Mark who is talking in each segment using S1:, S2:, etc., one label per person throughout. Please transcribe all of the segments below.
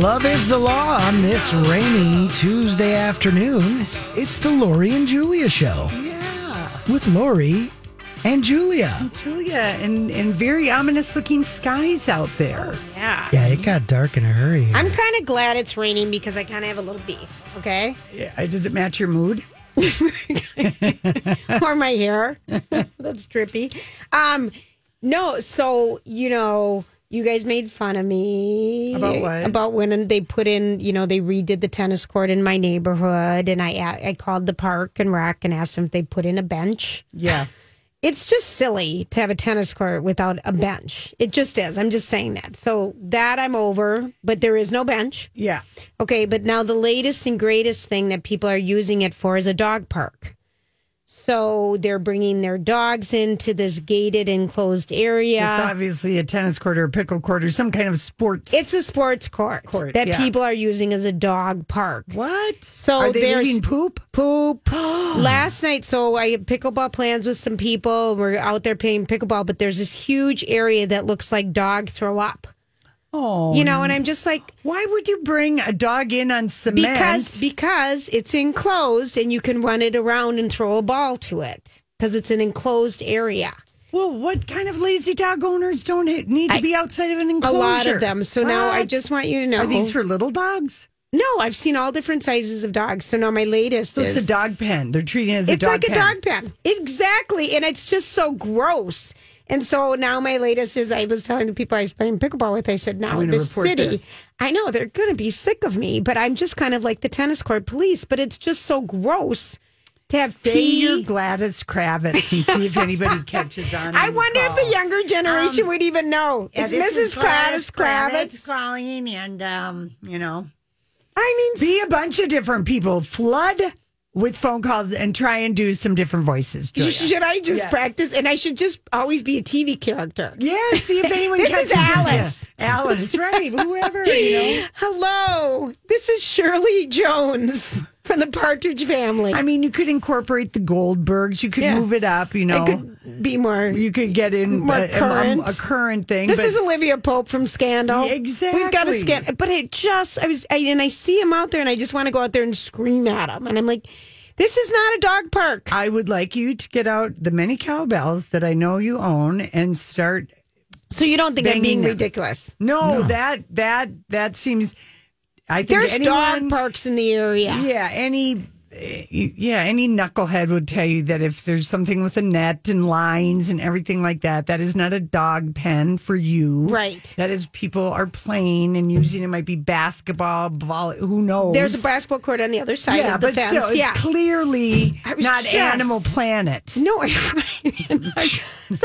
S1: Love is the law on this rainy Tuesday afternoon. It's the Lori and Julia show
S2: Yeah.
S1: with Lori and Julia.
S2: Julia, and, and very ominous looking skies out there.
S3: Yeah.
S1: Yeah, it got dark in a hurry.
S3: I'm kind of glad it's raining because I kind of have a little beef, okay?
S2: Yeah, Uh, Does it match your mood?
S3: or my hair. That's drippy. Um, no, so, you know, you guys made fun of me.
S2: About what?
S3: About when they put in, you know, they redid the tennis court in my neighborhood and I a- I called the park and rec and asked them if they put in a bench.
S2: Yeah.
S3: It's just silly to have a tennis court without a bench. It just is. I'm just saying that. So that I'm over, but there is no bench.
S2: Yeah.
S3: Okay, but now the latest and greatest thing that people are using it for is a dog park. So they're bringing their dogs into this gated enclosed
S2: It's
S3: area.
S2: obviously a tennis court or a pickle court or some kind of sports.
S3: It's, a sports court,
S2: Court,
S3: that
S2: yeah.
S3: people are using as a dog park.
S2: what?
S3: So
S2: Are they
S3: there's-
S2: eating poop?
S3: Poop. Last night, so I had pickleball plans with some people. We're out there playing pickleball, but there's this huge area that looks like dog throw up.
S2: Oh.
S3: You know, and I'm just like,
S2: Why would you bring a dog in on cement?
S3: because because it's enclosed and you can run it around and throw a ball to it because it's an enclosed area.
S2: well, what kind of lazy dog owners don't ha- need to be outside of an
S3: A
S2: enclosure?
S3: lot of them. So now I
S2: What?
S3: just Oh. want you to know.
S2: are these for little dogs?
S3: no, I've seen all different sizes of dogs. So now my latest
S2: So
S3: is
S2: it's a dog pen. They're treating it as
S3: it's
S2: a dog
S3: like
S2: pen.
S3: a dog pen. Exactly. And it's just so gross. And so now my latest is I was telling the people I was playing pickleball with, I said, now
S2: gonna
S3: this
S2: report
S3: city,
S2: this.
S3: I know they're going to be sick of me, but I'm just kind of like the tennis court police, but it's just so gross to have
S2: Say
S3: pee.
S2: you're Gladys Kravitz and see if anybody catches on.
S3: I
S2: and
S3: wonder if the
S2: falls.
S3: younger generation
S2: Um,
S3: would even know.
S4: Yeah,
S3: it's
S4: this is
S3: Mrs. Gladys Kravitz.
S4: calling, and um, you know,
S3: I mean,
S2: be a bunch of different people. Flood with phone calls and try and do some different voices.
S3: sh-
S2: Julia.
S3: should I just practice? And I should just always be a TV character.
S2: yeah, see if anyone
S3: This
S2: catches
S3: is
S2: it.
S3: Alice.
S2: Yeah. Alice, right? Whoever you know.
S3: Hello, this is Shirley Jones from the Partridge Family.
S2: I mean, you could incorporate the Goldbergs. You could
S3: Yeah.
S2: move it up. You know,
S3: I could be more.
S2: you could get in
S3: More
S2: a, a-
S3: current.
S2: a current thing.
S3: This
S2: but
S3: is Olivia Pope from Scandal.
S2: Yeah, exactly.
S3: We've got a scandal, but it just I was I, and I see him out there, and I just want to go out there and scream at him, and I'm like, this is not a dog park.
S2: I would like you to get out the many cowbells that I know you own and start.
S3: So you don't think I'm
S2: Banging
S3: being
S2: them.
S3: ridiculous?
S2: No, that that that seems. I think
S3: There's
S2: anyone,
S3: dog parks in the area.
S2: Yeah, any yeah, any knucklehead would tell you that if there's something with a net and lines and everything like that, that is not a dog pen for you.
S3: Right.
S2: That is people are playing and using it might be basketball, volley, who knows.
S3: There's a basketball court on the other side
S2: yeah,
S3: of the
S2: but
S3: fence.
S2: still, it's
S3: yeah.
S2: clearly
S3: I was
S2: not
S3: just-
S2: Animal Planet.
S3: no, I- so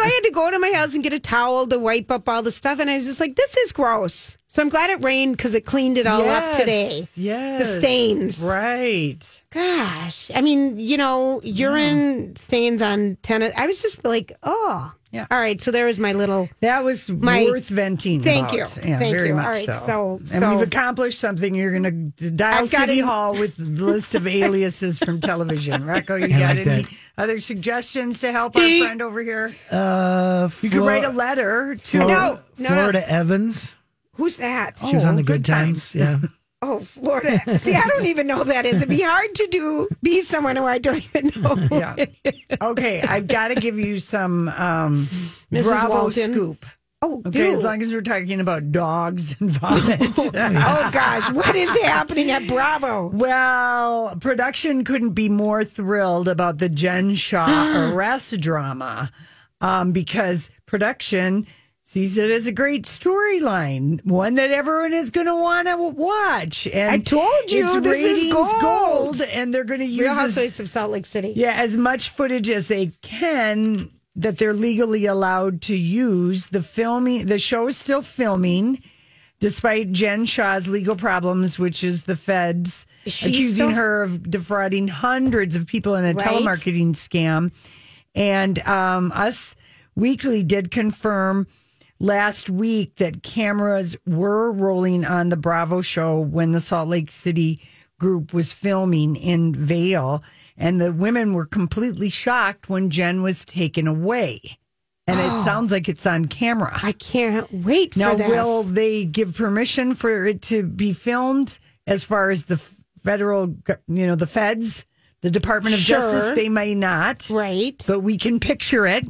S3: I had to go to my house and get a towel to wipe up all the stuff, and I was just like, "This is gross." So I'm glad it rained because it cleaned it all
S2: Yes,
S3: up today.
S2: Yes,
S3: the stains.
S2: Right.
S3: Gosh, I mean, you know, urine stains on tennis. I was just like, "Oh,
S2: Yeah.
S3: All right, so there was my little.
S2: That was
S3: My-
S2: worth venting.
S3: Thank
S2: about.
S3: you.
S2: Yeah,
S3: Thank
S2: very
S3: you.
S2: much
S3: All right, so-
S2: and
S3: so-
S2: we've accomplished something. You're going to dial
S3: I've got
S2: City
S3: an-
S2: Hall with the list of aliases from television. Rocco, you got
S1: like
S2: any
S1: that.
S2: other suggestions to help our friend over here?
S1: Uh,
S2: You could write a letter to.
S1: Flor-
S3: No, no, no.
S1: Florida Evans.
S3: Who's that?
S1: She was
S2: Oh,
S1: on the
S2: Good
S1: Good, Times. Yeah.
S3: Oh, Florida. See, I don't even know who that is. It'd be hard to do be someone who I don't even know. who
S2: Yeah. Okay, I've got to give you some um,
S3: Mrs.
S2: Bravo
S3: Walton.
S2: scoop.
S3: Oh,
S2: Okay,
S3: dude.
S2: as long as we're talking about dogs and vomit.
S3: oh gosh, what is happening at Bravo?
S2: well, production couldn't be more thrilled about the Jen Shaw arrest drama um, because production sees it as a great storyline, one that everyone is going to want to watch. And
S3: I told you,
S2: it's
S3: this is
S2: ratings
S3: gold.
S2: and they're going to use
S3: Real
S2: this-
S3: Housewives of Salt Lake City.
S2: yeah, as much footage as they can that they're legally allowed to use. The filming, the show is still filming, despite Jen Shaw's legal problems, which is the feds
S3: She's
S2: accusing
S3: still-
S2: her of defrauding hundreds of people in a
S3: Right.
S2: telemarketing scam. And um, Us Weekly did confirm last week that cameras were rolling on the Bravo show when the Salt Lake City group was filming in Vale. And the women were completely shocked when Jen was taken away. And it sounds like it's on camera.
S3: I can't wait
S2: Now,
S3: Oh. for this.
S2: will they give permission for it to be filmed as far as the federal, go- you know, the feds, the Department of
S3: Sure.
S2: Justice? They may not,
S3: right?
S2: but we can picture it.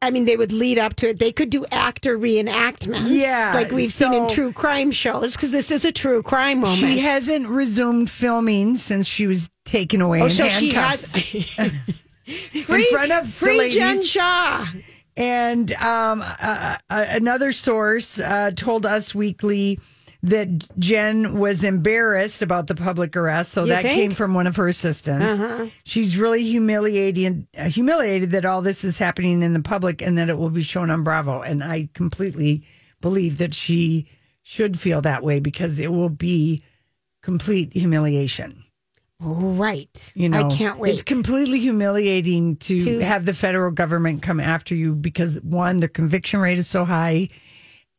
S3: I mean, they would lead up to it. They could do actor reenactments,
S2: Yeah,
S3: like we've seen in
S2: so-
S3: true crime shows, because this is a true crime moment.
S2: She hasn't resumed filming since she was taken away
S3: oh,
S2: in
S3: so she
S2: handcuffs
S3: has free,
S2: front of the
S3: free Jen
S2: ladies.
S3: Shaw.
S2: And um, uh, uh, another source uh, told Us Weekly that Jen was embarrassed about the public arrest. So
S3: You
S2: that
S3: think? Uh-huh.
S2: came from one of her assistants. She's really humiliated, humiliated that all this is happening in the public and that it will be shown on Bravo. And I completely believe that she should feel that way because it will be complete humiliation.
S3: Right.
S2: You know,
S3: I can't wait.
S2: It's completely humiliating to,
S3: To-
S2: have the federal government come after you because one, the conviction rate is so high,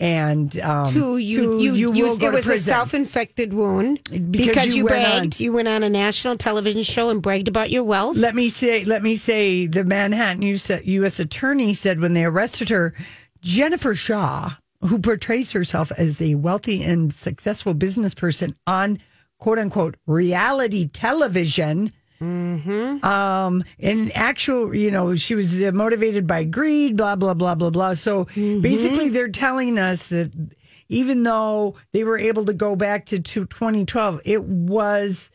S2: and um,
S3: Two, you,
S2: two,
S3: you, you,
S2: will go
S3: it
S2: to
S3: was a
S2: prison.
S3: self-infected wound because,
S2: you
S3: you,
S2: went on-
S3: bragged. You went on a national television show and bragged about your wealth.
S2: Let me say, let me say, the Manhattan US, U.S. attorney said when they arrested her, Jennifer Shaw, who portrays herself as a wealthy and successful business person on "quote unquote" reality television. Um, in actual, you know, she was uh, motivated by greed, blah blah blah blah blah. So basically, they're telling us that even though they were able to go back to two- 2012, it was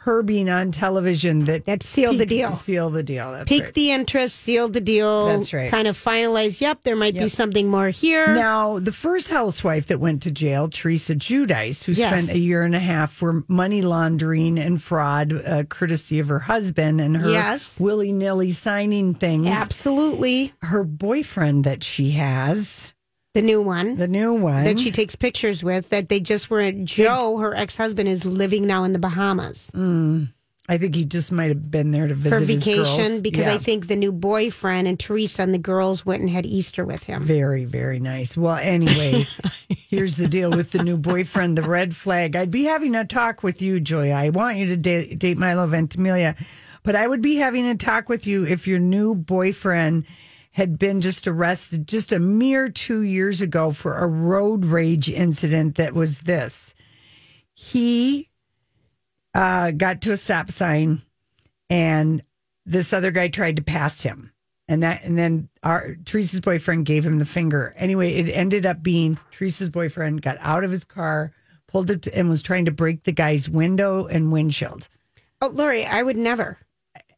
S2: her being on television that
S3: That sealed the
S2: peaked-
S3: deal.
S2: Sealed the deal. That's
S3: Pique
S2: right.
S3: the interest, seal the deal.
S2: That's right.
S3: Kind of finalize. Yep, there might be something more here.
S2: Now, the first housewife that went to jail, Teresa Judice, who
S3: Yes.
S2: spent a year and a half for money laundering and fraud, uh, courtesy of her husband and her
S3: Yes.
S2: willy nilly signing things.
S3: Absolutely,
S2: Her boyfriend that she has,
S3: the new one
S2: the new one,
S3: that she takes pictures with. That they just were. Joe, her ex-husband, is living now in the Bahamas
S2: I think he just might have been there to visit
S3: for
S2: his
S3: vacation
S2: girls.
S3: because I
S2: Yeah.
S3: think the new boyfriend and Teresa and the girls went and had Easter with him.
S2: Very, very nice. Well, anyway, here's the deal with the new boyfriend, the red flag. I'd be having a talk with you, Joy. I want you to date, date Milo Ventimiglia, but I would be having a talk with you if your new boyfriend had been just arrested just a mere two years ago for a road rage incident that was this. He uh, got to a stop sign and this other guy tried to pass him and that and then our Teresa's boyfriend gave him the finger. Anyway, it ended up being Teresa's boyfriend got out of his car, pulled it and was trying to break the guy's window and windshield.
S3: Oh, Lori, I would never.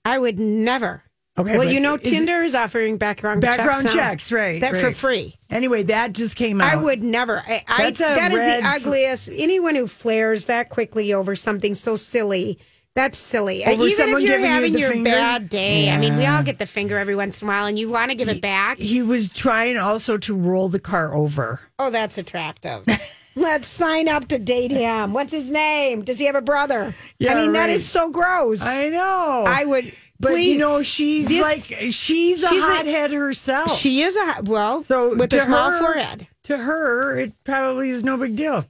S3: I would never.
S2: Okay,
S3: well,
S2: but
S3: you know,
S2: is it-
S3: Tinder is offering background
S2: Background
S3: checks, now.
S2: checks, right,
S3: That for
S2: right.
S3: free.
S2: Anyway, that just came out.
S3: I would never. I, I
S2: That's a
S3: that is
S2: red
S3: the
S2: f-
S3: ugliest. Anyone who flares that quickly over something so silly, that's silly. And
S2: Over
S3: Even
S2: someone
S3: if you're
S2: giving you
S3: having
S2: the
S3: your
S2: finger?
S3: bad day, I mean, we all get the finger every once in a while, and you want to give it back.
S2: He was trying also to roll the car over.
S3: Oh, that's attractive. Let's sign up to date him. What's his name? Does he have a brother? I
S2: Yeah,
S3: mean, that
S2: right.
S3: is so gross.
S2: I know.
S3: I would.
S2: but
S3: please.
S2: you know, she's
S3: This-
S2: like she's a
S3: he's a-
S2: hothead herself.
S3: she is a well
S2: So
S3: with a
S2: to
S3: small
S2: her-
S3: forehead.
S2: to her, it probably is no big deal.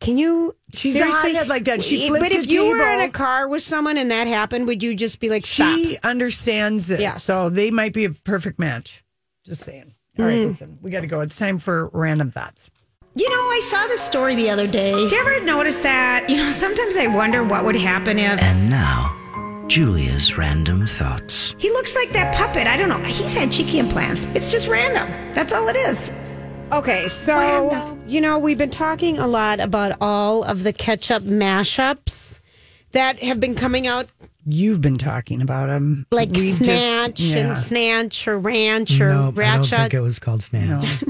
S3: Can you?
S2: She's a hothead like that. She
S3: But
S2: flipped
S3: if
S2: a
S3: you were in a
S2: table.
S3: car with someone and that happened, would you just be like, "Stop"?
S2: She understands this.
S3: Yes.
S2: So they might be a perfect match. Just saying. All
S3: Mm.
S2: right, listen, we got to go. It's time for random thoughts.
S5: You know, I saw this story the other day.
S4: Do you ever notice that? You know, sometimes I wonder what would happen if.
S1: And now,
S6: Julia's random thoughts.
S5: He looks like that puppet. I don't know. He's had cheeky implants. It's just random. That's all it is.
S3: Okay, so you know we've been talking a lot about all of the ketchup mashups that have been coming out,
S2: You've been talking about them.
S3: like snatch and snatch or ranch or
S1: Nope, I don't think
S3: ratchet.
S1: it was called Snatch.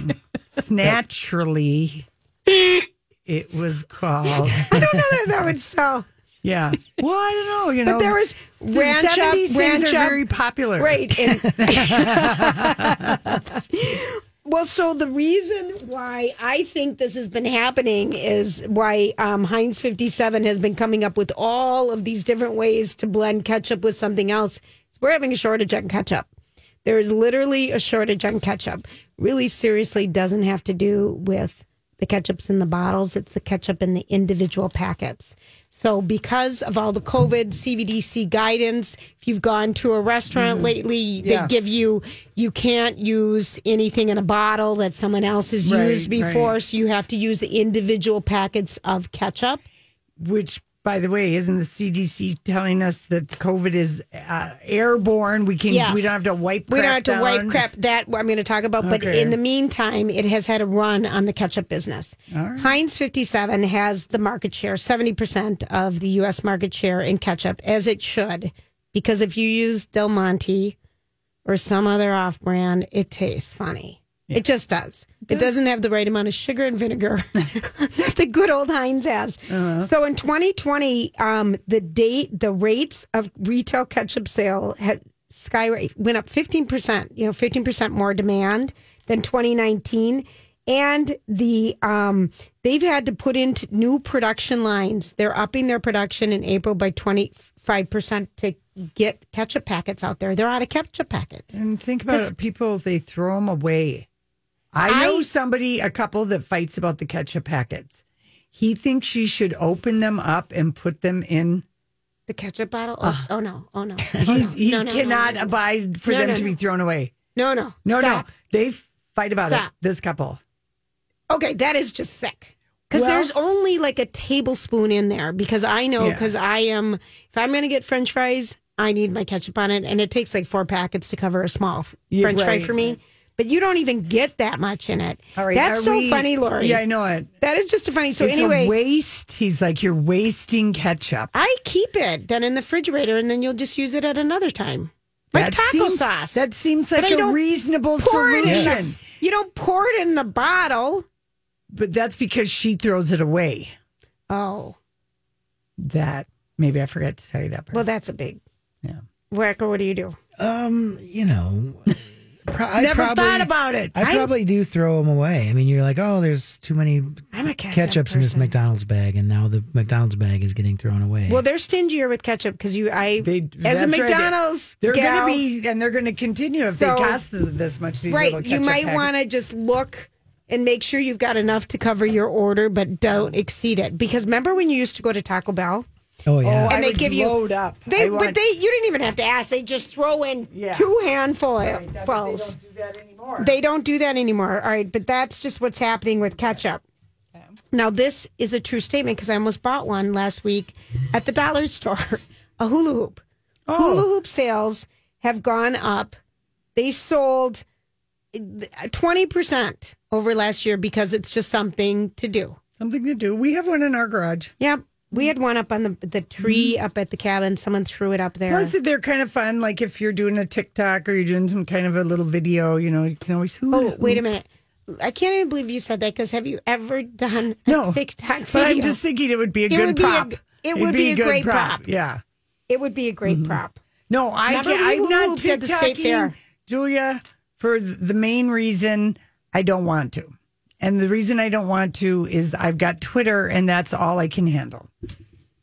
S2: Naturally, it was called.
S3: I don't know that that would sell.
S2: Yeah. Well, I don't know. You know,
S3: But there was
S2: the
S3: ranch up,
S2: 70s
S3: ranch
S2: things are
S3: up.
S2: very popular.
S3: Right. and- well, so the reason why I think this has been happening is why um, Heinz 57 has been coming up with all of these different ways to blend ketchup with something else. We're having a shortage on ketchup. There is literally a shortage on ketchup. Really seriously doesn't have to do with the ketchups in the bottles, it's the ketchup in the individual packets. So, because of all the COVID CVDC guidance, if you've gone to a
S2: Mm-hmm.
S3: restaurant lately, they give you, you can't use anything in a bottle that someone else has
S2: Right,
S3: used before.
S2: right.
S3: So, you have to use the individual packets of ketchup.
S2: Which, by the way, isn't the CDC telling us that COVID is uh, airborne? We can.
S3: Yes.
S2: We don't have to wipe. Crap
S3: We don't have to wipe
S2: down.
S3: crap that I'm going to talk about. But
S2: Okay.
S3: in the meantime, it has had a run on the ketchup business. Heinz 57 has the market share, 70% of the U.S. market share in ketchup, as it should. Because if you use Del Monte or some other off brand, it tastes funny. It just does. It doesn't have the right amount of sugar and vinegar that the good old Heinz has. So in 2020, um, the date, the rates of retail ketchup sale had sky went up 15%, you know, 15% more demand than 2019. And the um, they've had to put into new production lines. They're upping their production in April by 25% to get ketchup packets out there. They're out of ketchup packets.
S2: And think about it, people. They throw them away. I know
S3: I-
S2: somebody, a couple that fights about the ketchup packets. He thinks she should open them up and put them in.
S3: The ketchup bottle? Oh, oh no! Oh no!
S2: Ah. He's, he
S3: No, no, no,
S2: cannot
S3: no, no.
S2: abide for
S3: No,
S2: them
S3: no,
S2: to be
S3: no.
S2: thrown away.
S3: No, no,
S2: No,
S3: Stop.
S2: no, they f- fight about
S3: Stop.
S2: it. This couple.
S3: Okay, that is just sick. Because
S2: Well-
S3: there's only like a tablespoon in there. Because I know,
S2: Yeah.
S3: because I am, if I'm going to get French fries, I need my ketchup on it. And it takes like four packets to cover a small f-
S2: Yeah,
S3: French fry
S2: right.
S3: for me. But you don't even get that much in it.
S2: All right,
S3: That's
S2: are
S3: so
S2: we-
S3: funny, Lori.
S2: Yeah, I know it.
S3: That is just a funny. So
S2: it's
S3: anyway,
S2: a waste. He's like, you're wasting ketchup.
S3: I keep it then in the refrigerator, and then you'll just use it at another time, like
S2: That
S3: taco
S2: seems-
S3: sauce.
S2: That seems
S3: But
S2: like
S3: I
S2: a
S3: don't
S2: reasonable
S3: pour it in
S2: solution.
S3: the- You don't pour it in the bottle.
S2: But that's because she throws it away.
S3: Oh.
S2: That maybe I forgot to tell you that part.
S3: Well, that's a big. Yeah. Whacker, what do you do?
S1: Um, you know, pro- I
S2: Never
S1: probably-
S2: thought about it.
S1: I probably do throw them away. I mean, you're like, oh, there's too many
S3: I'm a ketchup
S1: ketchups in this
S3: person.
S1: McDonald's bag, and now the McDonald's bag is getting thrown away.
S3: Well, they're stingier with ketchup because you, I,
S2: They-
S3: as
S2: that's
S3: a
S2: right.
S3: McDonald's,
S2: They're
S3: gal,
S2: going to be, and they're going to continue if
S3: So-
S2: they cost th- this much. These
S3: right.
S2: little
S3: You
S2: ketchup
S3: might
S2: packets.
S3: want to just look and make sure you've got enough to cover your order, but don't exceed it. Because remember when you used to go to Taco Bell?
S1: oh yeah,
S2: I
S3: and they
S2: would
S3: give you-
S2: load up. I
S3: They, but
S2: want-
S3: they, you didn't even have to ask. They just throw in
S2: Yeah.
S3: two handfuls.
S2: They don't do that anymore.
S3: They don't do that anymore. All right, but that's just what's happening with ketchup. Now, this is a true statement because I almost bought one last week at the dollar store a hula hoop.
S2: Oh.
S3: Hula hoop sales have gone up. They sold 20% over last year because it's just something to do.
S2: Something to do. We have one in our garage.
S3: Yep. We had one up on the, the tree
S2: Mm-hmm.
S3: up at the cabin. Someone threw it up there.
S2: Plus, they're kind of fun. Like if you're doing a TikTok or you're doing some kind of a little video, you know, you can always.
S3: Oh, wait a minute. I can't even believe you said that because have you ever done a
S2: No.
S3: TikTok video?
S2: But I'm just thinking it would be a
S3: It
S2: good
S3: would be a-
S2: prop.
S3: it
S2: It'd
S3: would be a
S2: good
S3: great prop.
S2: Yeah.
S3: it would be a great prop.
S2: No, I
S3: Remember
S2: can't.
S3: we
S2: I'm not
S3: moved at the state
S2: TikToking,
S3: fair.
S2: Julia, for th- the main reason I don't want to. And the reason I don't want to is I've got Twitter and that's all I can handle.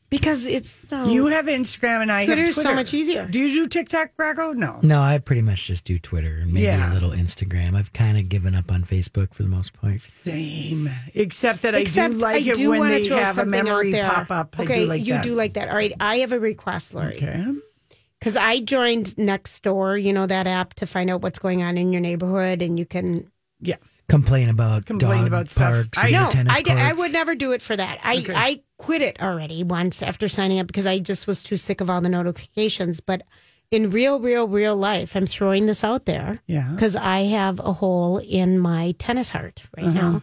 S3: Because it's so
S2: You have Instagram and I have
S3: Oh. Twitter's so
S2: Twitter.
S3: much easier.
S2: Do you do TikTok, Rocco? No.
S1: no, I pretty much just do Twitter and maybe
S2: Yeah.
S1: a little Instagram. I've kind of given up on Facebook for the most part.
S2: Same. Except that
S3: Except
S2: I do like
S3: I
S2: it
S3: do
S2: when
S3: want
S2: they
S3: to throw
S2: have a
S3: something out
S2: memory
S3: there.
S2: pop up. I
S3: Okay,
S2: do like
S3: you
S2: that.
S3: do like that. All right, I have a request, Lori,
S2: Okay.
S3: because I joined Next Door. You know that app to find out what's going on in your neighborhood, and you can.
S2: Yeah.
S1: Complain about
S2: Complain
S1: dog
S2: about stuff.
S1: parks
S2: I-
S1: and
S2: No,
S1: tennis
S3: I, d- I
S1: courts.
S3: would never do it for that. I
S2: Okay.
S3: I quit it already once after signing up because I just was too sick of all the notifications. But in real, real, real life, I'm throwing this out there.
S2: Yeah.
S3: Because I have a hole in my tennis heart right
S2: Uh-huh.
S3: now.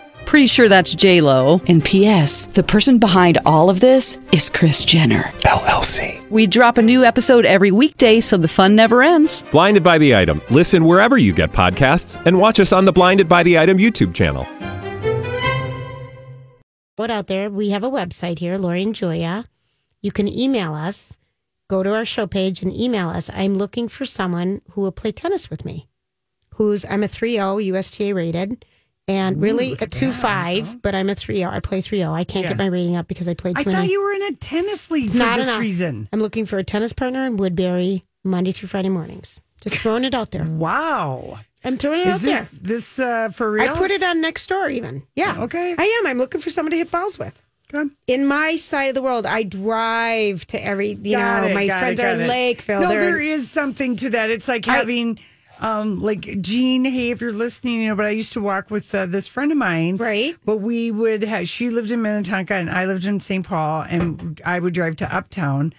S7: Pretty sure that's J Lo.
S8: And P.S. The person behind all of this is Chris Jenner.
S9: LLC.
S7: We drop a new episode every weekday, so the fun never ends.
S9: Blinded by the item. Listen wherever you get podcasts, and watch us on the Blinded by the Item YouTube channel.
S3: it out there. We have a website here, Lori and Julia. You can email us, go to our show page and email us. I'm looking for someone who will play tennis with me. Who's I'm a oh, 3-0 USTA rated and really a 2-5, but I'm a 3-0. I play 3-0. I can't
S2: Yeah.
S3: get my rating up because I played
S2: I
S3: 20.
S2: thought you were in a tennis league
S3: It's
S2: for
S3: not
S2: this
S3: enough.
S2: reason.
S3: I'm looking for a tennis partner in Woodbury Monday through Friday mornings. Just throwing it out there.
S2: Wow.
S3: I'm throwing it out
S2: Is
S3: there.
S2: this this uh, for real?
S3: I put it on next door even. Yeah.
S2: Okay.
S3: I am. I'm looking for somebody to hit balls with.
S2: Good.
S3: In my side of the world, I drive to every you
S2: Got
S3: know,
S2: it,
S3: my
S2: got
S3: friends
S2: it,
S3: are
S2: got
S3: in
S2: it.
S3: Lakeville.
S2: No,
S3: They're-
S2: there is something to that. It's like having, um, like Jean. Hey, if you're listening, you know. But I used to walk with uh, this friend of mine.
S3: Right.
S2: But we would. Have, she lived in Minnetonka, and I lived in St. Paul, and I would drive to Uptown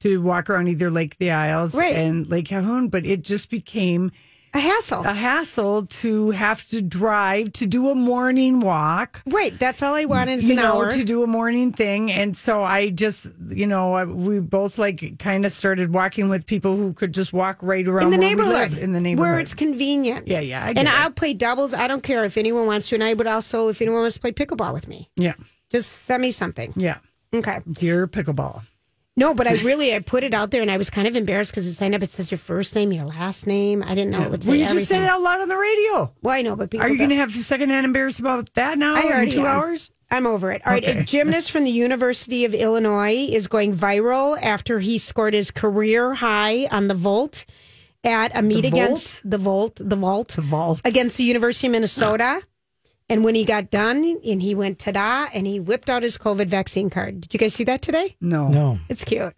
S2: to walk around either Lake the Isles
S3: Right.
S2: and Lake Calhoun. But it just became
S3: a hassle.
S2: a hassle to have to drive to do a morning walk
S3: Wait, that's all I wanted is
S2: you
S3: an
S2: know,
S3: hour.
S2: to do a morning thing. And so I just, you know, I- we both like kind of started walking with people who could just walk right around
S3: in the
S2: where we
S3: neighborhood,
S2: live, in the neighborhood.
S3: where it's convenient.
S2: Yeah, yeah, I get
S3: and
S2: it.
S3: I'll play doubles. I don't care if anyone wants to, and I would also, if anyone wants to play pickleball with me,
S2: yeah,
S3: just send me something.
S2: yeah.
S3: Okay.
S2: Dear pickleball.
S3: No, but I really, I put it out there, and I was kind of embarrassed because it signed up. It says your first name, your last name. I didn't know it would say
S2: Well, you just said
S3: everything.
S2: it out loud on the radio.
S3: Well, I know, but people
S2: Are you
S3: don't.
S2: going to have secondhand embarrassed about that now
S3: I
S2: in
S3: already
S2: Oh, two
S3: am.
S2: hours?
S3: I'm over it. All right,
S2: Okay.
S3: a gymnast from the University of Illinois is going viral after he scored his career high on the vault at a meet
S2: vault?
S3: against the vault, the vault,
S2: vault.
S3: against the University of Minnesota. And when he got done, and he went ta-da, and he whipped out his COVID vaccine card. Did you guys see that today?
S2: No.
S1: No.
S3: It's cute.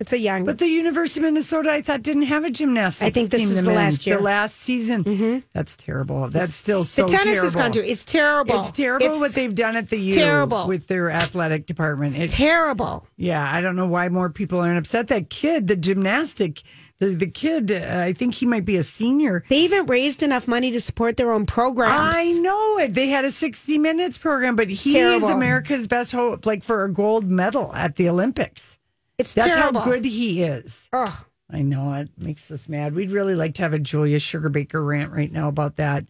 S3: It's a young.
S2: But the University of Minnesota, I thought, didn't have a gymnastics.
S3: I think this
S2: team,
S3: is the
S2: men's,
S3: last year. Mm-hmm.
S2: The last season. That's terrible. That's still so
S3: the tennis
S2: terrible.
S3: has gone to. It's terrible.
S2: It's terrible
S3: It's
S2: what they've done at the U
S3: terrible.
S2: with their athletic department. It,
S3: terrible.
S2: Yeah, I don't know why more people aren't upset. That kid, the gymnastic, the, the kid, uh, I think he might be a senior.
S3: They haven't raised enough money to support their own programs.
S2: I know it. They had a 60 minutes program, but he
S3: Terrible.
S2: is America's best hope, like for a gold medal at the Olympics.
S3: It's
S2: That's
S3: terrible.
S2: how good he is.
S3: Ugh.
S2: I know it makes us mad. We'd really like to have a Julia Sugarbaker rant right now about that.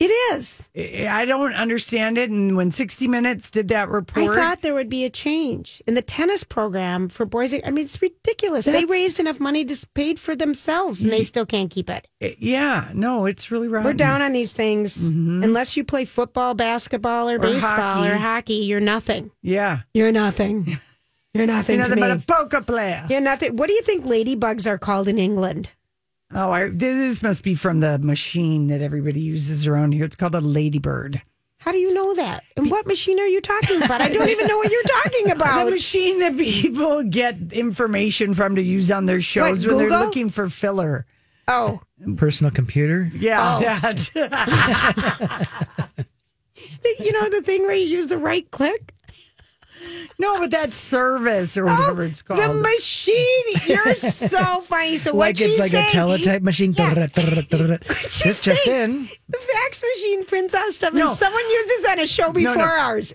S3: It is.
S2: I I don't understand it. And when 60 Minutes did that report,
S3: I thought there would be a change in the tennis program for boys. I mean, it's ridiculous. they
S2: That's-
S3: raised enough money to s- paid for themselves, and they still can't keep it.
S2: yeah, no, it's really wrong.
S3: We're down on these things. Unless you play football, basketball, or, baseball
S2: Mm-hmm. hockey.
S3: or hockey, you're nothing.
S2: Yeah.
S3: You're nothing. You're nothing
S2: You're
S3: to
S2: nothing
S3: me.
S2: but a poker player.
S3: You're nothing. What do you think ladybugs are called in England?
S2: Oh, I, this must be from the machine that everybody uses around here. It's called a ladybird.
S3: How do you know that? And what machine are you talking about? I don't even know what you're talking
S2: The
S3: about.
S2: machine that people get information from to use on their shows
S3: What,
S2: when they're
S3: Google?
S2: looking for filler.
S3: Oh,
S1: Personal computer.
S2: Yeah,
S3: Oh.
S2: that.
S3: The- you know the thing where you use the right click.
S2: no, but that service or whatever it's called.
S3: Oh, The machine. You're so funny. So what
S1: like it's
S3: she's
S1: like
S3: saying,
S1: a teletype machine.
S3: Yeah.
S1: This
S3: She's
S1: just in.
S3: saying The fax machine prints out stuff,
S2: No.
S3: and someone uses on a show before
S2: no.
S3: ours.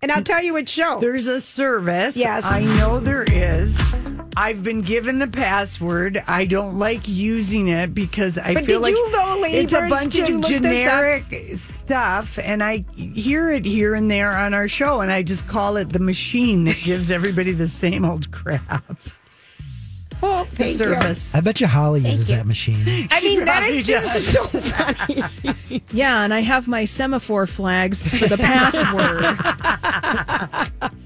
S3: And I'll tell you what show.
S2: There's a service.
S3: Yes.
S2: I know there is. I've been given the password. I don't like using it because I
S4: But
S2: feel
S4: did
S2: like
S4: you know, Lady
S2: it's
S4: Birds,
S2: a bunch
S4: did you
S2: of
S4: look this up?
S2: generic stuff, and I hear it here and there on our show, and I just call it the machine that gives everybody the same old crap.
S3: Well,
S2: the service.
S1: I bet you Holly uses that machine.
S10: I mean, that
S2: probably
S10: is just
S2: does.
S10: so funny. yeah, and I have my semaphore flags for the password.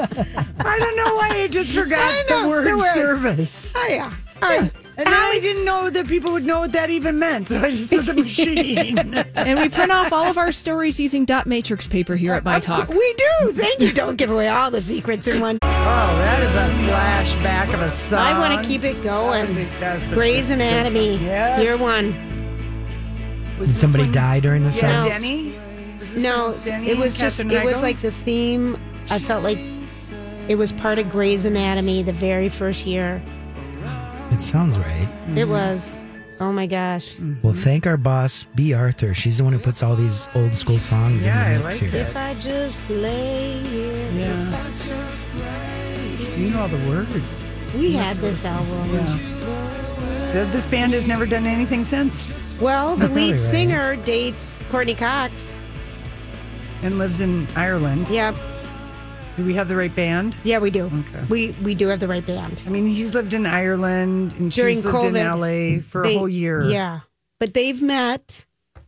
S2: I don't know why I just
S3: I
S2: forgot
S3: know,
S2: the word
S3: the word.
S2: service.
S3: Oh yeah. All right.
S2: And I didn't know that people would know what that even meant, so I just said the machine.
S10: and we print off all of our stories using dot matrix paper here at My Talk.
S3: We do. Thank you. Don't give away all the secrets in one.
S2: Oh, that is a flashback of a song.
S3: I want to keep it going.
S2: that's a
S3: Grey's
S2: good- good
S3: Anatomy,
S2: song. Yes.
S3: year one.
S1: Did somebody die during the
S2: Yeah,
S1: song?
S2: Denny. This is
S3: No,
S2: Denny
S3: it was
S2: and
S3: just
S2: Catherine
S3: it was
S2: Heigl?
S3: like the theme. I felt like it was part of Grey's Anatomy the very first year.
S1: It sounds right.
S2: Mm-hmm.
S3: It was. Oh my gosh.
S1: Well, thank our boss, B. Arthur. She's the one who puts all these old school songs
S2: Yeah,
S1: in
S2: I
S1: the mix
S2: like
S1: here.
S2: it.
S3: I just lay here.
S2: Yeah. You know all the words.
S3: We had this album.
S2: Th- This band has never done anything since
S3: Well, the
S2: Probably right.
S3: lead singer dates Courtney Cox.
S2: and lives in Ireland.
S3: Yeah.
S2: Do we have the right band?
S3: Yeah, we do.
S2: Okay.
S3: We we do have the right band.
S2: I mean, he's lived in Ireland and
S3: During
S2: she's lived
S3: COVID,
S2: in LA for
S3: They-
S2: a whole year.
S3: Yeah. But they've met.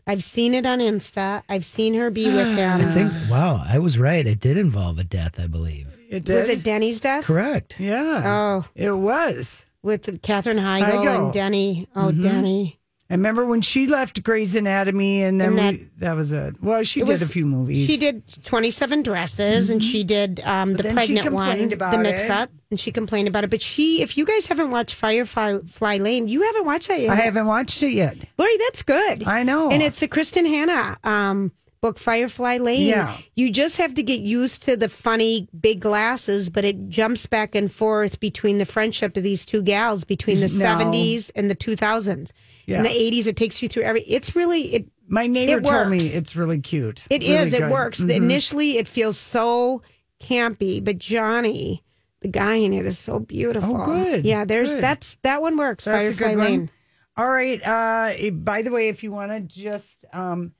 S3: I've seen it on Insta. I've seen her be with him.
S1: I think, wow, I was right. It did involve a death, I believe.
S2: It did.
S3: was it Denny's death?
S1: Correct.
S2: yeah.
S3: Oh,
S2: it was.
S3: with Katherine Heigl,
S2: Heigl.
S3: and Denny. Oh,
S2: Mm-hmm.
S3: Denny.
S2: I remember when she left Grey's Anatomy, and then
S3: And
S2: that, we, that was it. Well, she
S3: It
S2: did
S3: was-
S2: a few movies. Mm-hmm.
S3: She did 27 dresses and she did um, the
S2: then she
S3: pregnant one,
S2: complained about
S3: the mix
S2: it.
S3: up, and she complained about it. But she, if you guys haven't watched Firefly Fly Lane, you haven't watched that yet.
S2: I haven't watched it yet.
S3: Lori, that's good.
S2: I know.
S3: And it's a Kristen Hanna um, book, Firefly Lane.
S2: Yeah.
S3: You just have to get used to the funny big glasses, but it jumps back and forth between the friendship of these two gals between the
S2: No.
S3: 70s and the 2000s.
S2: Yeah.
S3: In the 80s, it takes you through every. It's really, it
S2: My neighbor
S3: It
S2: told me
S3: works.
S2: it's really cute.
S3: It is.
S2: Really
S3: It
S2: good.
S3: works.
S2: Mhm.
S3: Initially, it feels so campy, but Johnny, the guy in it, is so beautiful.
S2: Oh, good.
S3: Yeah, there's
S2: Good.
S3: that's that one works.
S2: That's a
S3: Firefly
S2: good
S3: Lane.
S2: one. All right. Uh, eh, by the way, if you want to just um,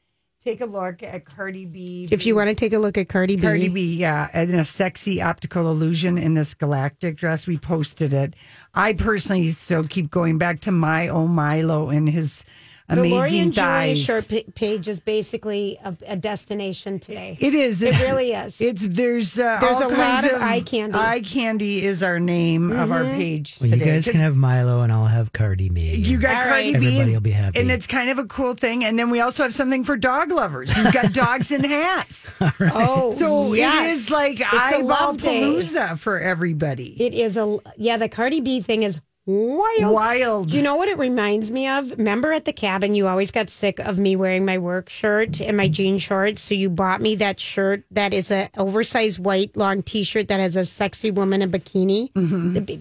S2: take a look at Cardi B,
S3: If you want to take a look at Cardi B,
S2: Cardi B, yeah, and a sexy optical illusion in this galactic dress. We posted it. I personally still keep going back to my oh Milo and his
S3: the
S2: amazing
S3: Lori and Julie
S2: thighs.
S3: Shore pa- page is basically a, a destination today.
S2: It is.
S3: It
S2: It's,
S3: really is.
S2: It's there's uh,
S3: There's
S2: all
S3: a lot
S2: kinds
S3: of eye candy. Mm-hmm.
S2: Eye candy is our name of our page.
S1: Well, you
S2: today.
S1: guys can have Milo and I'll have Cardi B.
S2: You got
S3: All
S2: Cardi
S3: right.
S2: B.
S1: Everybody will be happy.
S2: And it's kind of a cool thing. And then we also have something for dog lovers. You've got dogs in hats.
S3: Oh,
S2: So
S3: yes.
S2: it is like
S3: It's a love
S2: eyeball
S3: day.
S2: palooza for everybody.
S3: It is a yeah. The Cardi B thing is wild.
S2: Wild.
S3: Do you know what it reminds me of? Remember at the cabin, you always got sick of me wearing my work shirt and my jean shorts. So you bought me that shirt that is a oversized white long t shirt that has a sexy woman in bikini.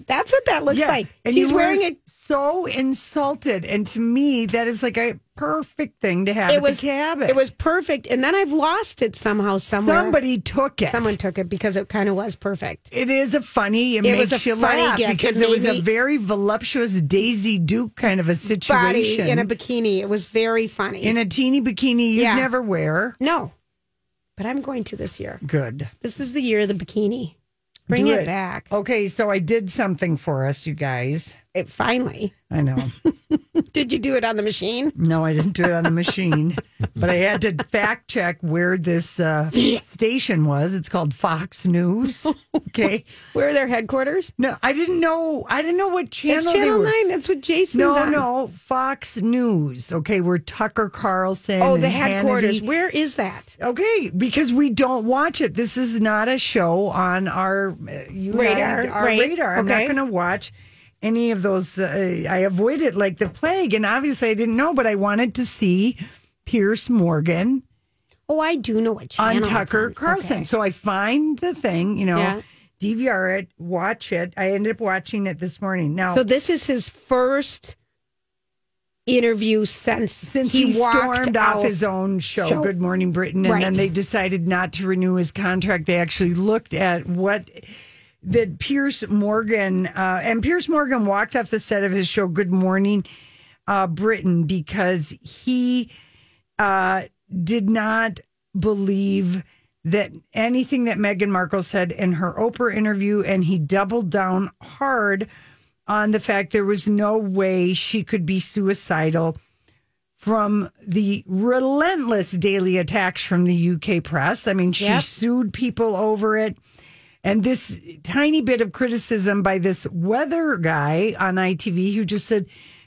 S3: That's what that looks like.
S2: Mm-hmm. And
S3: He's
S2: you were
S3: wearing it.
S2: so insulted. And to me, that is like a perfect thing to have
S3: It
S2: at
S3: was
S2: the cabin.
S3: It was perfect. And then I've lost it somehow, somewhere.
S2: Somebody took it.
S3: Someone took it because it kind of was perfect.
S2: It is a funny. It,
S3: It
S2: makes
S3: was a
S2: you
S3: funny
S2: laugh
S3: gift.
S2: because
S3: It
S2: it was
S3: made
S2: a
S3: me-
S2: very voluptuous Daisy Duke kind of a situation
S3: Body in a bikini. It was very funny.
S2: in a teeny bikini you'd
S3: Yeah.
S2: never wear.
S3: no, but I'm going to this year.
S2: Good.
S3: This is the year of the bikini. Bring
S2: Do
S3: it, back.
S2: Okay, so I did something for us, you guys.
S3: It finally.
S2: I know.
S3: Did you do it on the machine?
S2: No, I didn't do it on the machine, but I had to fact check where this uh, station was. It's called Fox News. Okay.
S3: Where are their headquarters?
S2: No, I didn't know. I didn't know what channel
S3: It's
S2: they
S3: Channel
S2: were.
S3: Nine. That's what Jason's
S2: No,
S3: on.
S2: no, Fox News. Okay, where Tucker Carlson.
S3: Oh, the
S2: and
S3: headquarters.
S2: Hannity-
S3: Where is that?
S2: Okay, because we don't watch it. This is not a show on our uh, you and I-
S3: Radar,
S2: our
S3: right,
S2: radar. I'm
S3: okay.
S2: not going to watch any of those. Uh, I avoid it like the plague. And obviously, I didn't know, but I wanted to see Pierce Morgan
S3: Oh, I do know what channel.
S2: on
S3: it's
S2: Tucker
S3: on.
S2: Carlson.
S3: Okay.
S2: So I find the thing, you know,
S3: Yeah.
S2: DVR it, watch it. I ended up watching it this morning. Now,
S3: So this is his first interview since
S2: since he,
S3: walked
S2: stormed
S3: out.
S2: off his own show,
S3: show.
S2: Good Morning Britain, and then
S3: Right.
S2: they decided not to renew his contract. They actually looked at what that Pierce Morgan uh, and Pierce Morgan walked off the set of his show Good Morning uh, Britain because he uh, did not believe that anything that Meghan Markle said in her Oprah interview, and he doubled down hard on the fact there was no way she could be suicidal from the relentless daily attacks from the UK press. I mean, she
S3: Yep.
S2: sued people over it. And this tiny bit of criticism by this weather guy on ITV who just said,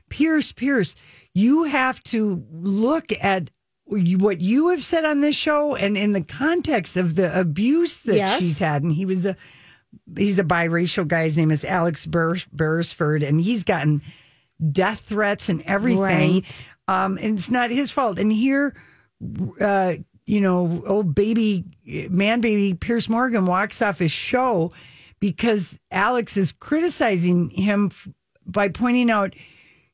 S2: Pierce, Pierce, you have to look at you- what you have said on this show and in the context of the abuse that
S3: Yes.
S2: she's had. And he was a he's a biracial guy. His name is Alex Bur- Beresford, and he's gotten death threats and everything.
S3: Right.
S2: Um, and it's not his fault. And here, uh, you know, old baby man, baby Pierce Morgan walks off his show because Alex is criticizing him f- by pointing out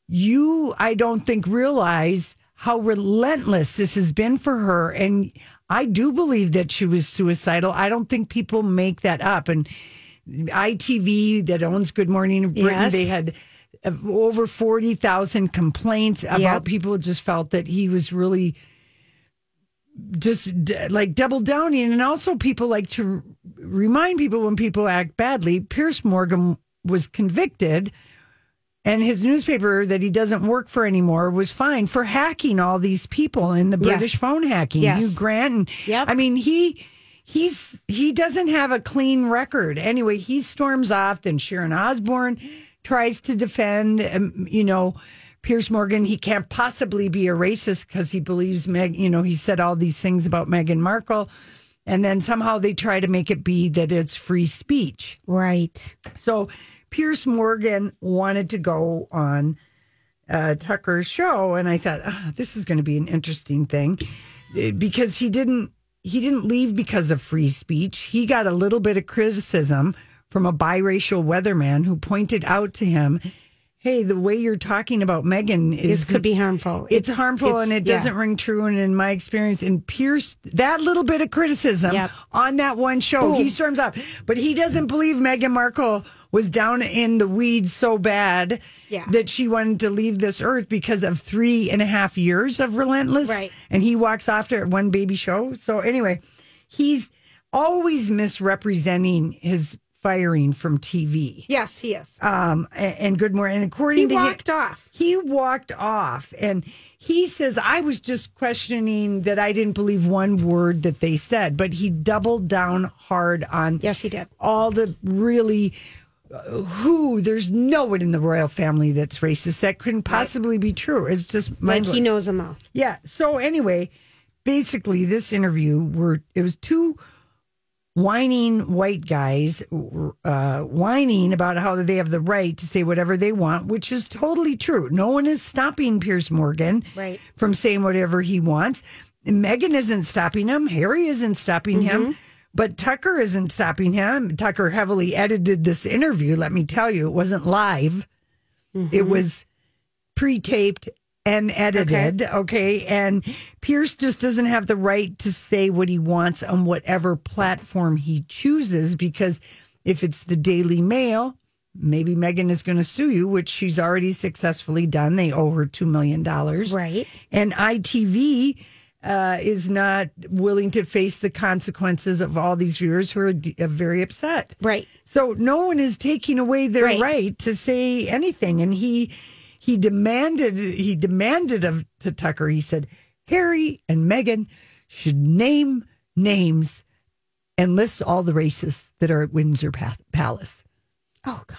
S2: you, I don't think, realize how relentless this has been for her. And I do believe that she was suicidal. I don't think people make that up. And ITV, that owns Good Morning Britain,
S3: Yes.
S2: they had uh, over 40,000 complaints about
S3: Yep.
S2: people just felt that he was really just d- like double downing. And also, people like to r- remind people when people act badly. Pierce Morgan was convicted and his newspaper that he doesn't work for anymore was fined for hacking all these people in the
S3: Yes.
S2: British phone hacking.
S3: Yes.
S2: Hugh Grant, and
S3: Yep.
S2: I mean he he's he doesn't have a clean record anyway. He storms off. Then Sharon Osbourne tries to defend. Um, you know. Pierce Morgan, he can't possibly be a racist because he believes Meg, you know, he said all these things about Meghan Markle. And then somehow they try to make it be that it's free speech.
S3: Right.
S2: So Pierce Morgan wanted to go on uh, Tucker's show, and I thought "Ah, this is going to be an interesting thing Eh, because he didn't he didn't leave because of free speech. He got a little bit of criticism from a biracial weatherman who pointed out to him, "Hey, the way you're talking about Megan is
S3: This could be harmful.
S2: it's, harmful and it
S3: yeah.
S2: doesn't ring true. And in my experience, and Pierce, that little bit of criticism
S3: Yep.
S2: on that one show, he storms up, but he doesn't believe Meghan Markle was down in the weeds so bad
S3: Yeah.
S2: that she wanted to leave this earth because of three and a half years of relentless.
S3: Right.
S2: And he walks after one baby show. So anyway, he's always misrepresenting his firing from TV.
S3: Yes, he is.
S2: Um, a- and good morning. And according
S3: He
S2: to him-
S3: walked off.
S2: he walked off and he says, I was just questioning that I didn't believe one word that they said, but he doubled down hard on
S3: Yes, he did.
S2: all the really uh, who there's no one in the royal family that's racist. That couldn't possibly be true. It's just
S3: Like
S2: mind
S3: he knows them all.
S2: yeah. So anyway, basically, this interview were it was two whining white guys uh, whining about how they have the right to say whatever they want, which is totally true. No one is stopping Piers Morgan
S3: Right.
S2: from saying whatever he wants. Megan isn't stopping him. Harry isn't stopping him. But Tucker isn't stopping him. Tucker heavily edited this interview. Let me tell you, it wasn't live. It was pre-taped and edited. Okay. And Pierce just doesn't have the right to say what he wants on whatever platform he chooses because if it's the Daily Mail, maybe Megan is going to sue you, which she's already successfully done. They owe her $2 million.
S3: Right.
S2: And ITV uh, is not willing to face the consequences of all these viewers who are d- uh, very upset.
S3: Right.
S2: So no one is taking away their right.
S3: Right.
S2: to say anything. And he he demanded he demanded of to Tucker. He said Harry and Meghan should name names and list all the racists that are at Windsor Pa- Palace.
S3: Oh, come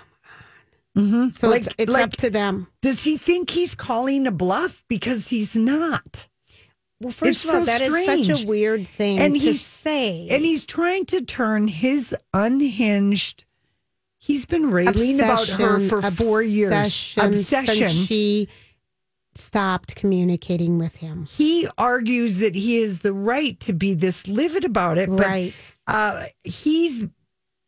S2: Mm-hmm.
S3: on. So it's, it's up to them.
S2: does he think he's calling a bluff? Because he's not.
S3: Well, first
S2: It's
S3: of all,
S2: so
S3: that is such
S2: strange.
S3: a weird thing
S2: And
S3: to
S2: he's-
S3: say.
S2: And he's trying to turn his unhinged. He's been railing about her for four years.
S3: obsession since she stopped communicating with him.
S2: he argues that he has the right to be this livid about it, but
S3: right.
S2: uh, he's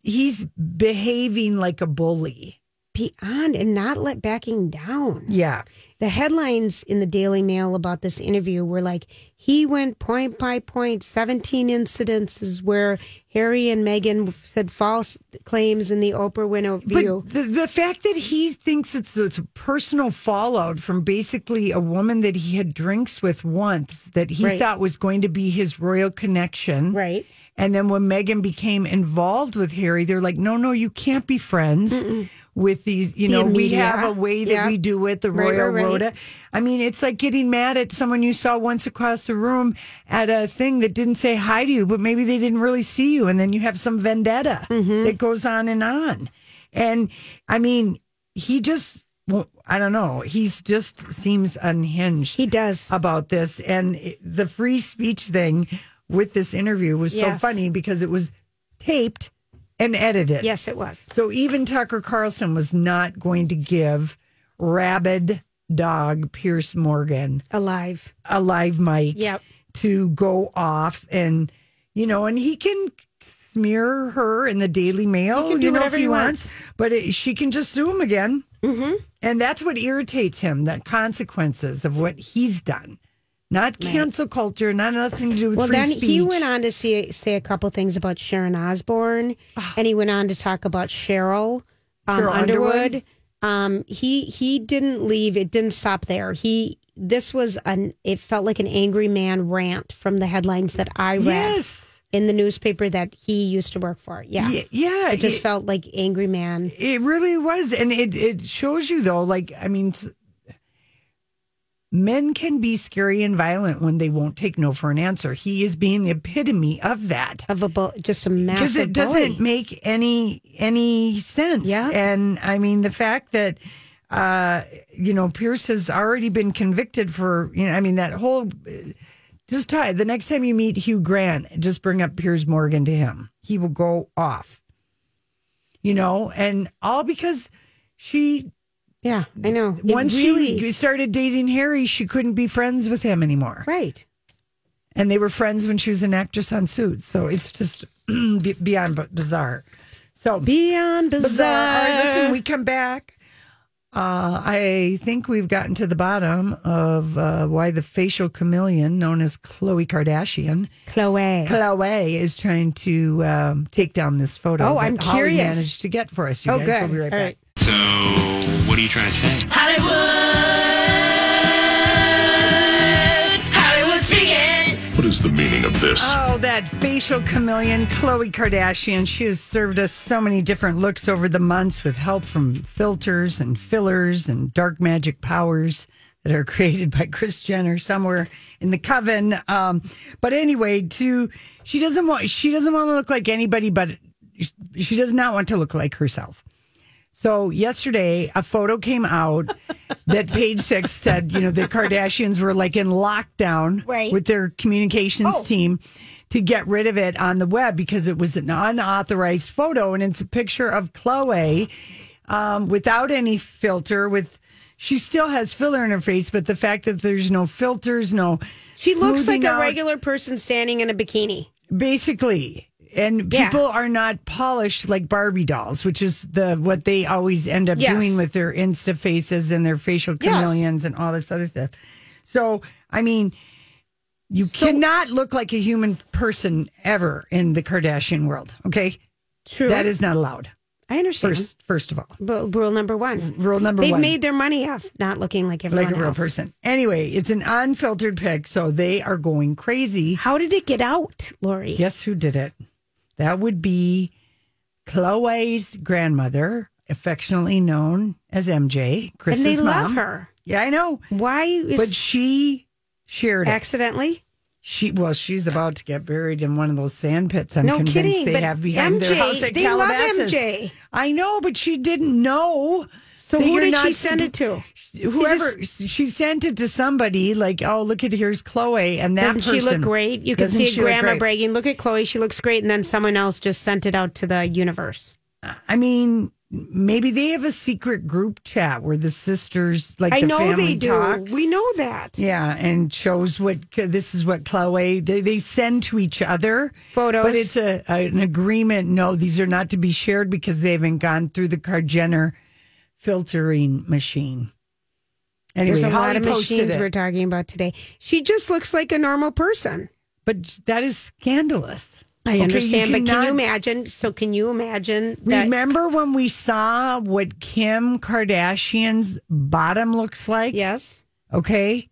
S2: he's behaving like a bully.
S3: Beyond and not let backing down.
S2: Yeah,
S3: the headlines in the Daily Mail about this interview were like he went point by point, 17 incidences where Harry and Meghan said false claims in the Oprah Winfrey.
S2: But the, the fact that he thinks it's, it's a personal fallout from basically a woman that he had drinks with once that he
S3: Right.
S2: thought was going to be his royal connection.
S3: Right.
S2: And then when Meghan became involved with Harry, they're like, no, no, you can't be friends with these. You
S3: The
S2: know, we
S3: media.
S2: have a way that
S3: Yeah.
S2: we do it, the
S3: Right,
S2: royal
S3: right, right.
S2: rota. I mean, it's like getting mad at someone you saw once across the room at a thing that didn't say hi to you, but maybe they didn't really see you. And then you have some vendetta
S3: Mm-hmm.
S2: that goes on and on. And I mean, he just, well, I don't know, he's just seems unhinged. He
S3: does.
S2: About this. And it- the free speech thing with this interview was
S3: Yes.
S2: so funny because it was taped and edited.
S3: Yes, it was.
S2: So even Tucker Carlson was not going to give rabid dog Pierce Morgan
S3: Alive.
S2: a live mic
S3: Yep.
S2: to go off and you know and he can smear her in the Daily Mail
S3: He can do
S2: you know
S3: whatever
S2: if he
S3: he
S2: wants,
S3: wants. Mm-hmm.
S2: but it, she can just sue him again and that's what irritates him the consequences of what he's done not cancel culture not nothing to do with
S3: Well,
S2: free
S3: then
S2: speech
S3: he went on to see, say a couple things about Sharon Osbourne,
S2: Ah.
S3: and he went on to talk about Cheryl, um,
S2: Carol
S3: Underwood.
S2: Underwood.
S3: Um, he he didn't leave. It didn't stop there. He this was an it felt like an angry man rant from the headlines that I read
S2: Yes.
S3: in the newspaper that he used to work for. Yeah,
S2: Ye- yeah,
S3: It just
S2: it-
S3: felt like angry man.
S2: It really was, and it it shows you though. Like I mean, s- men can be scary and violent when they won't take no for an answer. He is being the epitome of that
S3: Of a bu- just a
S2: because
S3: massive
S2: it doesn't
S3: bully.
S2: make any any sense.
S3: Yeah.
S2: and I mean the fact that uh, you know Pierce has already been convicted for you know I mean that whole just tie the next time you meet Hugh Grant, just bring up Piers Morgan to him. He will go off. You know, and all because she
S3: Yeah, I know. It
S2: once
S3: really,
S2: she started dating Harry, she couldn't be friends with him anymore.
S3: right.
S2: And they were friends when she was an actress on Suits. So it's just be- beyond b- bizarre. So
S3: Beyond bizarre.
S2: All right, listen, we come back. Uh, I think we've gotten to the bottom of uh, why the facial chameleon, known as Khloe Kardashian,
S3: Chloe.
S2: Chloe is trying to um, take down this photo.
S3: Oh,
S2: that
S3: I'm
S2: Holly
S3: curious.
S2: Managed to get for us. You
S3: Oh,
S2: guys.
S3: good.
S2: We'll be right
S3: All
S2: back.
S3: right.
S11: So, what are you trying to say?
S5: Hollywood, Hollywood speaking.
S12: What is the meaning of this?
S2: Oh, that facial chameleon, Khloe Kardashian. She has served us so many different looks over the months with help from filters and fillers and dark magic powers that are created by Chris Jenner somewhere in the coven. Um, but anyway, to she doesn't want she doesn't want to look like anybody, but she does not want to look like herself. So yesterday, a photo came out that Page Six said, you know, the Kardashians were like in lockdown
S3: Right. Oh.
S2: with their communications team to get rid of it on the web because it was an unauthorized photo, and it's a picture of Chloe um, without any filter. With she still has filler in her face, but the fact that there's no filters, no,
S3: She looks like
S2: smoothing
S3: a
S2: out-
S3: regular person standing in a bikini.
S2: basically and
S3: Yeah.
S2: people are not polished like barbie dolls which is the what they always end up
S3: Yes.
S2: doing with their insta faces and their facial
S3: Yes.
S2: chameleons and all this other stuff so i mean you cannot look like a human person ever in the kardashian world okay
S3: True.
S2: that is not allowed
S3: I understand.
S2: first first of all
S3: Bu- rule number one.
S2: rule number
S3: They've
S2: one
S3: made their money off not looking like everyone
S2: like a real
S3: else.
S2: person anyway it's an unfiltered pic so they are going crazy
S3: How did it get out, Lori?
S2: Guess who did it? That would be Chloe's grandmother, affectionately known as MJ, Chris's
S3: and they love
S2: mom.
S3: her.
S2: Yeah, I know.
S3: Why is
S2: But she shared it.
S3: accidentally?
S2: She well, she's about to get buried in one of those sand pits. I'm
S3: No
S2: convinced
S3: kidding,
S2: they
S3: but
S2: have behind their
S3: MJ,
S2: house at
S3: they love
S2: Calabasas.
S3: MJ.
S2: I know, but she didn't know.
S3: So
S2: that
S3: who
S2: you're
S3: did she
S2: not-
S3: send it to?
S2: Whoever she sent it to somebody, like, oh, look at here's Chloe, and that
S3: Doesn't she look
S2: person-
S3: great? You can
S2: Doesn't
S3: see
S2: she
S3: a
S2: look
S3: grandma
S2: great?
S3: bragging. Look at Chloe; she looks great. And then someone else just sent it out to the universe.
S2: I mean, maybe they have a secret group chat where the sisters like
S3: I
S2: the
S3: know
S2: family
S3: they do.
S2: talks.
S3: We know that
S2: Yeah, and shows what this is what Chloe they, they send to each other
S3: Photos.
S2: but it's a, a- an agreement. No, these are not to be shared because they haven't gone through the Card Jenner filtering machine. Anyway,
S3: There's a
S2: Holly
S3: lot of
S2: posted
S3: machines
S2: it.
S3: we're talking about today. She just looks like a normal person.
S2: But that is scandalous.
S3: I
S2: Okay, you
S3: understand, but can
S2: cannot-
S3: you imagine? So, can you imagine that?
S2: Remember when we saw what Kim Kardashian's bottom looks like?
S3: Yes.
S2: Okay.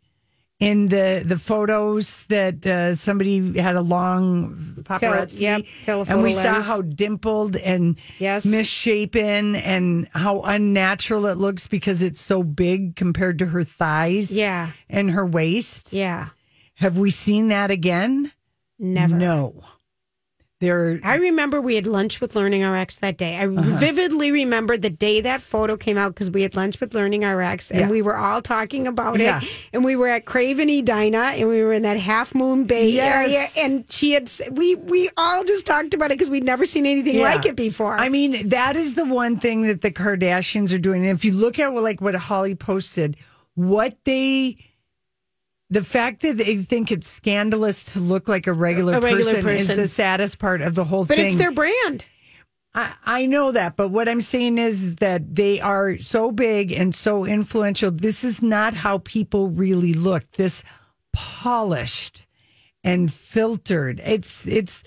S2: In the the photos that uh, somebody had a long paparazzi,
S3: yep, telephoto
S2: and we saw
S3: lens.
S2: how dimpled and
S3: Yes.
S2: misshapen and how unnatural it looks because it's so big compared to her thighs,
S3: Yeah.
S2: and her waist.
S3: Yeah.
S2: Have we seen that again?
S3: Never.
S2: No. There.
S3: I remember we had lunch with Learning RX that day. I
S2: Uh-huh.
S3: vividly remember the day that photo came out because we had lunch with Learning RX and
S2: Yeah.
S3: we were all talking about
S2: Yeah.
S3: it. And we were at Craven Edina and we were in that Half Moon Bay
S2: Yes.
S3: area. And she had s- we we all just talked about it because we'd never seen anything
S2: Yeah.
S3: like it before.
S2: I mean, that is the one thing that the Kardashians are doing. And if you look at like what Holly posted, what they the fact that they think it's scandalous to look like a regular,
S3: A regular
S2: person,
S3: person.
S2: is the saddest part of the whole
S3: but
S2: thing.
S3: it's their brand.
S2: I, I know that, but what I'm saying is that they are so big and so influential. This is not how people really look. This polished and filtered. It's it's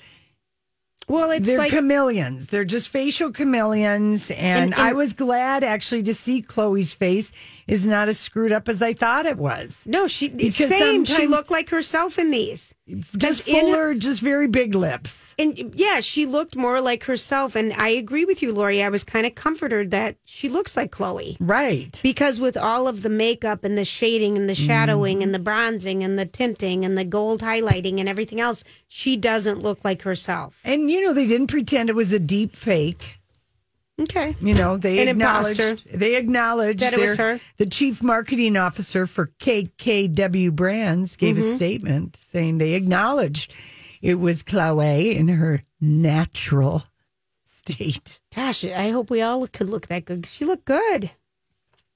S3: Well, it's
S2: they're
S3: like
S2: chameleons. They're just facial chameleons. And,
S3: And- and-
S2: I was glad actually to see Chloe's face is not as screwed up as I thought it was.
S3: no, she
S2: Because
S3: same. She
S2: sometimes-
S3: looked like herself in these.
S2: Just
S3: 'Cause in-
S2: fuller, just very big lips.
S3: And yeah, she looked more like herself. And I agree with you, Lori. I was kind of comforted that she looks like Chloe.
S2: Right.
S3: Because with all of the makeup and the shading and the shadowing and the bronzing and the tinting and the gold highlighting and everything else, she doesn't look like herself.
S2: And you know, they didn't pretend it was a deep fake.
S3: Okay.
S2: You know, they
S3: An
S2: acknowledged
S3: imposter.
S2: they acknowledged
S3: That it was
S2: their-
S3: her.
S2: The chief marketing officer for KKW Brands gave
S3: Mm-hmm.
S2: a statement saying they acknowledged it was Chloe in her natural state.
S3: Gosh, I hope we all could look that good. 'cause She looked good.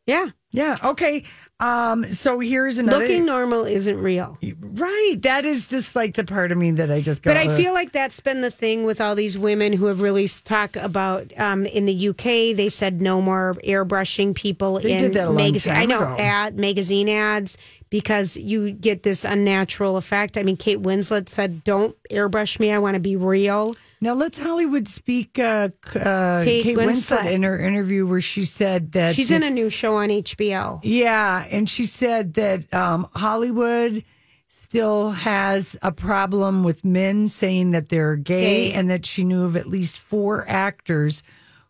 S3: Yeah.
S2: Yeah. Okay. Um, so here's another
S3: Looking normal isn't real.
S2: right. That is just like the part of me that I just uh, go.
S3: But I
S2: "Ugh."
S3: feel like that's been the thing with all these women who have really s- talk about um, in the UK. They said no more airbrushing people
S2: They
S3: in
S2: did that a long
S3: magazine.
S2: time
S3: I know
S2: ago.
S3: ad magazine ads because you get this unnatural effect. I mean, Kate Winslet said, "Don't airbrush me. I want to be real."
S2: now let's Hollywood speak. Uh, c- uh, Kate,
S3: Kate
S2: Winslet.
S3: Winslet.
S2: in her interview where she said that
S3: She's in a new show on HBO.
S2: yeah, and she said that um, Hollywood still has a problem with men saying that they're gay,
S3: Gay.
S2: and that she knew of at least four actors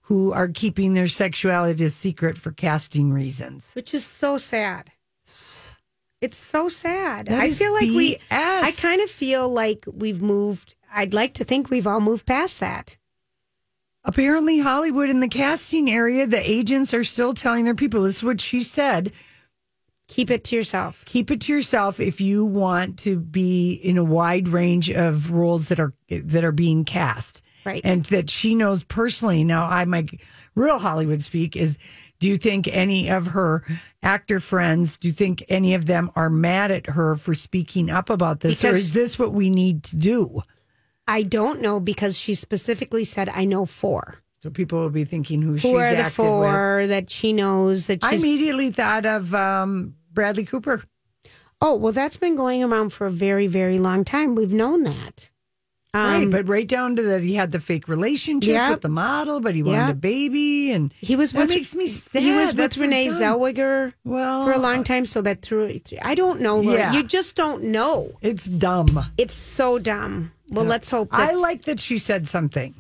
S2: who are keeping their sexuality a secret for casting reasons.
S3: which is so sad. It's so sad.
S2: That
S3: I
S2: is
S3: feel like we.
S2: BS.
S3: I kind of feel like we've moved. I'd like to think we've all moved past that.
S2: Apparently, Hollywood in the casting area, the agents are still telling their people this is what she said
S3: Keep it to yourself.
S2: keep it to yourself if you want to be in a wide range of roles that are that are being cast
S3: Right.
S2: and that she knows personally now i my real hollywood speak is do you think any of her actor friends do you think any of them are mad at her for speaking up about this or
S3: Because-
S2: is this what we need to do
S3: I don't know because she specifically said, "I know four.
S2: so people will be thinking who, she's
S3: Who are the
S2: acted with
S3: four that she knows that
S2: i
S3: she's?"
S2: immediately thought of um, bradley cooper
S3: oh well, that's been going around for a very, very long time. We've known that. Um,
S2: right, but right down to that, he had the fake relationship
S3: Yep.
S2: with the model, but he wanted
S3: Yep.
S2: a baby, and
S3: he was.
S2: that
S3: with,
S2: makes me sad.
S3: He was
S2: That's
S3: with
S2: so
S3: Renee
S2: dumb.
S3: Zellweger
S2: Well,
S3: for a long time, so that through. I don't know. Lori.
S2: Yeah.
S3: You just don't know.
S2: It's dumb.
S3: It's so dumb. Well, let's hope that
S2: I like that she said something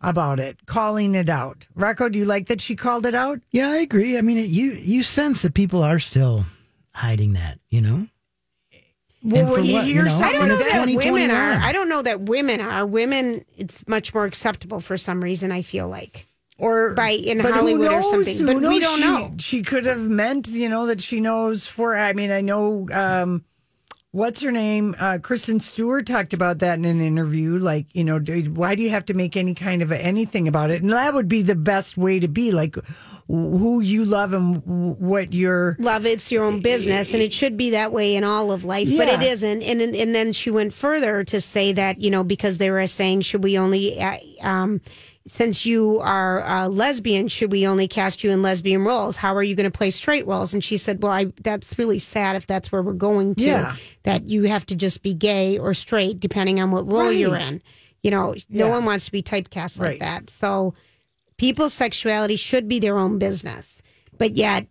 S2: about it, calling it out. Rocco, do you like that she called it out?
S6: Yeah, I agree. I mean, it, you you sense that people are still hiding that, you know.
S2: Well,
S6: for
S2: when you
S6: what, you
S2: hear
S6: know?
S3: I
S2: something,
S3: don't know
S6: it's
S3: that women
S6: 2021.
S3: are. I don't know that women are. Women, it's much more acceptable for some reason. I feel like.
S2: or
S3: by- in
S2: but who
S3: Hollywood or
S2: knows?
S3: something,
S2: Who
S3: but we
S2: knows?
S3: don't
S2: She-
S3: know.
S2: She could have meant, you know, that she knows for. I mean, I know. um What's her name? Uh, Kristen Stewart talked about that in an interview. Like, you know, do, why do you have to make any kind of a, anything about it? And that would be the best way to be like who you love and wh- what you're.
S3: love it's your own business and it should be that way in all of life but it
S2: Yeah.
S3: isn't and, and and then she went further to say that you know because they were saying should we only uh, um since you are a lesbian, should we only cast you in lesbian roles? How are you going to play straight roles? And she said, well, I, that's really sad if that's where we're going to,
S2: Yeah.
S3: that you have to just be gay or straight, depending on what role you're
S2: Right.
S3: in. You know, no
S2: Yeah.
S3: one wants to be typecast like
S2: Right.
S3: that. So people's sexuality should be their own business. But yet,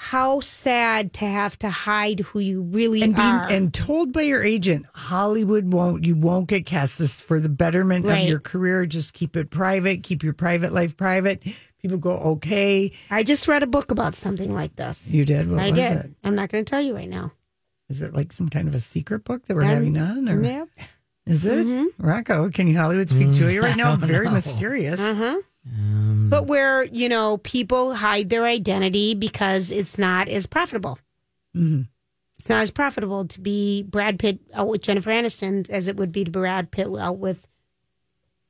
S3: how sad to have to hide who you really
S2: and being
S3: are.
S2: and told by your agent hollywood won't you won't get cast this is for the betterment
S3: Right.
S2: of your career just keep it private keep your private life private people go okay
S3: I just read a book about something like this.
S2: you did what
S3: I
S2: was
S3: did.
S2: it
S3: I'm not going to tell you right now.
S2: is it like some kind of a secret book that we're
S3: I'm-
S2: having on or
S3: Yep.
S2: is it
S3: Mm-hmm.
S2: rocco can you hollywood speak to you right now very
S3: No.
S2: mysterious
S3: Uh-huh.
S2: Um,
S3: but where, you know, people hide their identity because it's not as profitable.
S2: Mhm.
S3: It's not as profitable to be Brad Pitt out with Jennifer Aniston as it would be to Brad Pitt out with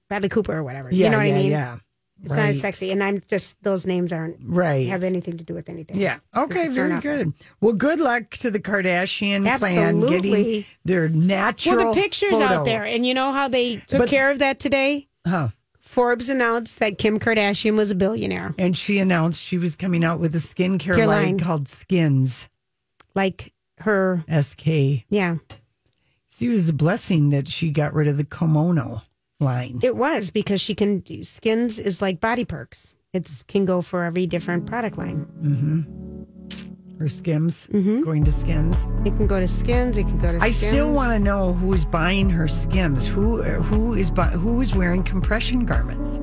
S3: Bradley Cooper or whatever.
S2: Yeah,
S3: you know what
S2: yeah,
S3: I mean?
S2: yeah.
S3: It's not as
S2: Right.
S3: sexy. And I'm just, those names aren't,
S2: Right.
S3: have anything to do with anything.
S2: Yeah.
S3: Just
S2: Okay.
S3: to throw it
S2: Very
S3: out there.
S2: good. Well, good luck to the Kardashian clan getting
S3: Absolutely.
S2: their natural.
S3: Well, the pictures
S2: photo.
S3: out there. And you know how they took care of that today?
S2: Huh.
S3: Forbes announced that Kim Kardashian was a billionaire.
S2: And she announced she was coming out with a skincare
S3: Your
S2: line
S3: line.
S2: called Skins.
S3: Like her.
S2: SK.
S3: Yeah.
S2: It was a blessing that she got rid of the kimono line.
S3: It was because she can do skins is like body perks. It's can go for every different product line.
S2: Her skims.
S3: Mm-hmm.
S2: Going to skins.
S3: It can go to skins. It can go to.
S2: I still
S3: Skims.
S2: want to know who is buying her skims. Who who is buy, who is wearing compression garments?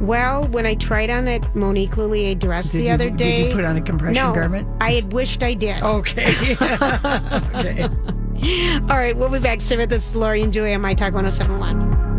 S3: Well, when I tried on that Monique Lullier dress
S2: Did
S3: the
S2: you-
S3: other
S2: did
S3: day,
S2: you put on a compression
S3: no,
S2: garment? Oh.
S3: I had wished I did.
S2: Okay.
S3: oh All right, we'll be back soon with this. is Lori and Julia on My Talk 1071.